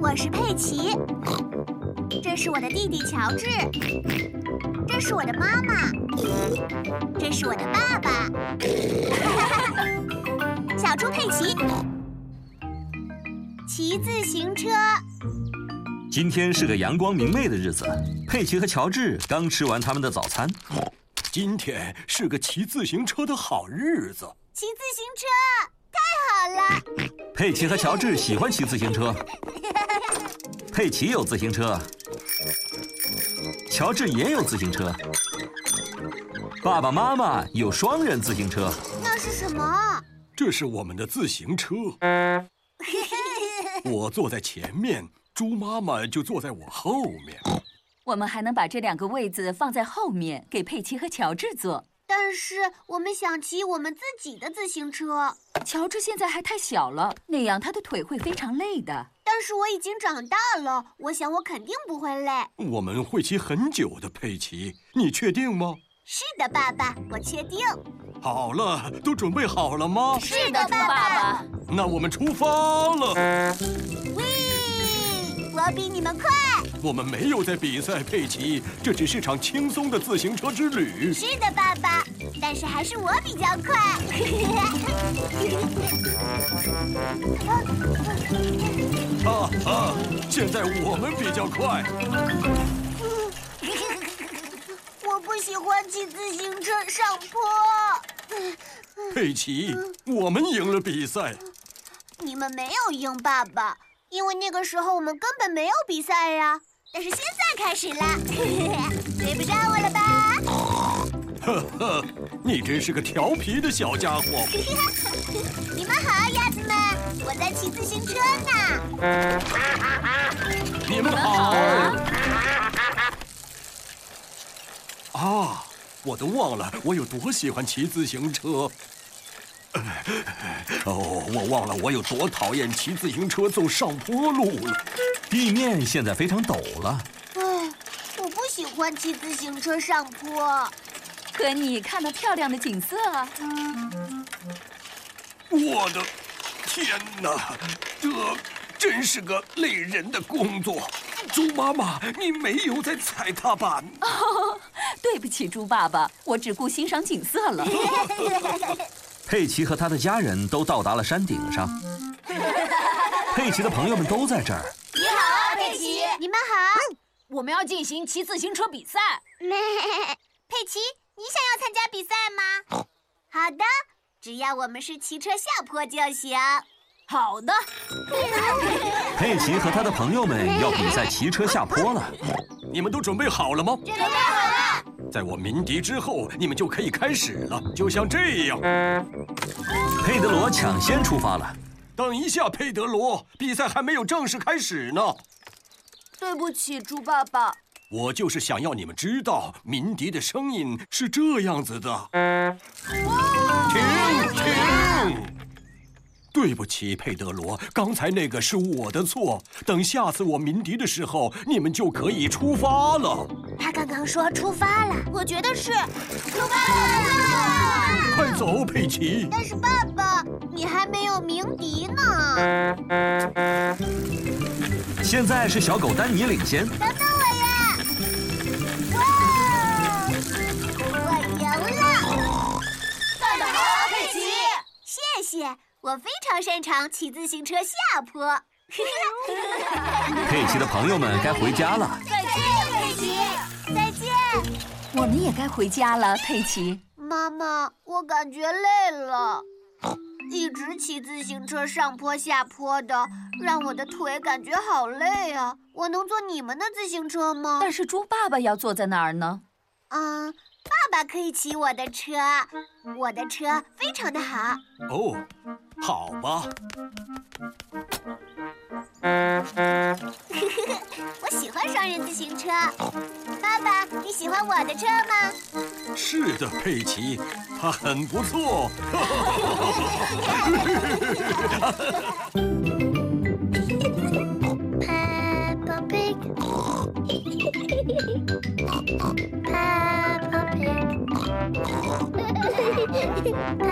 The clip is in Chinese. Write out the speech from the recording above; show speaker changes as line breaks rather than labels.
我是佩奇，这是我的弟弟乔治，这是我的妈妈，这是我的爸爸。 小猪佩奇，骑自行车。
今天是个阳光明媚的日子，佩奇和乔治刚吃完他们的早餐。
今天是个骑自行车的好日子。
骑自行车，太好了！
佩奇和乔治喜欢骑自行车，佩奇有自行车，乔治也有自行车，爸爸妈妈有双人自行车。
那是什么？
这是我们的自行车，我坐在前面，猪妈妈就坐在我后面。
我们还能把这两个位子放在后面，给佩奇和乔治坐。
但是我们想骑我们自己的自行车，
乔治现在还太小了，那样他的腿会非常累的。
但是我已经长大了，我想我肯定不会累。
我们会骑很久的，佩奇，你确定吗？
是的，爸爸，我确定。
好了，都准备好了吗？
是的，爸爸。
那我们出发了。
喂，我比你们快。
我们没有在比赛，佩奇，这只是场轻松的自行车之旅。
是的，爸爸，但是还是我比较快。
哈哈，啊现在我们比较快。
我不喜欢骑自行车上坡。
佩奇，我们赢了比赛。
你们没有赢爸爸，因为那个时候我们根本没有比赛呀。但是现在开始啦， 追不上我了吧？
呵呵，你真是个调皮的小家伙。
你们好，鸭子们，我在骑自行车呢。
你们好。啊，我都忘了我有多喜欢骑自行车。哦，我忘了我有多讨厌骑自行车走上坡路了。
地面现在非常陡了，
唉，我不喜欢骑自行车上坡。
可你看到漂亮的景色啊！
我的天哪，这真是个累人的工作。猪妈妈，你没有在踩踏板。
对不起，猪爸爸，我只顾欣赏景色了。
佩奇和他的家人都到达了山顶上。佩奇的朋友们都在这儿，
你好啊，佩奇。你们好。
我们要进行骑自行车比赛，
嗯佩奇，你想要参加比赛吗？好的，只要我们是骑车下坡就行。
好的，
佩奇和他的朋友们要比赛骑车下坡了。
你们都准备好了吗？
准备好了。
在我鸣笛之后，你们就可以开始了，就像这样。
佩德罗抢先出发了，
等一下，佩德罗，比赛还没有正式开始呢。
对不起，猪爸爸。
我就是想要你们知道，鸣笛的声音是这样子的。停停！对不起，佩德罗，刚才那个是我的错。等下次我鸣笛的时候，你们就可以出发了。
他刚刚说出发了，我觉得是出发了。
快走，佩奇！
但是爸爸，你还没有鸣笛呢。
现在是小狗丹尼领先。
等等我呀！哇，我赢了！干得好，佩奇！谢谢，我非常擅长骑自行车下坡。
佩奇的朋友们该回家了。
再见，佩奇！再见，
我们也该回家了，佩奇。
妈妈，我感觉累了。一直骑自行车上坡下坡的，让我的腿感觉好累啊！我能坐你们的自行车吗？
但是猪爸爸要坐在哪儿呢？
嗯，爸爸可以骑我的车，我的车非常的好。
哦，好吧，
我喜欢双人自行车。爸爸，你喜欢我的车吗？
是的，佩奇，他很不错。
Peppa Pig. Peppa Pig. Peppa
嗯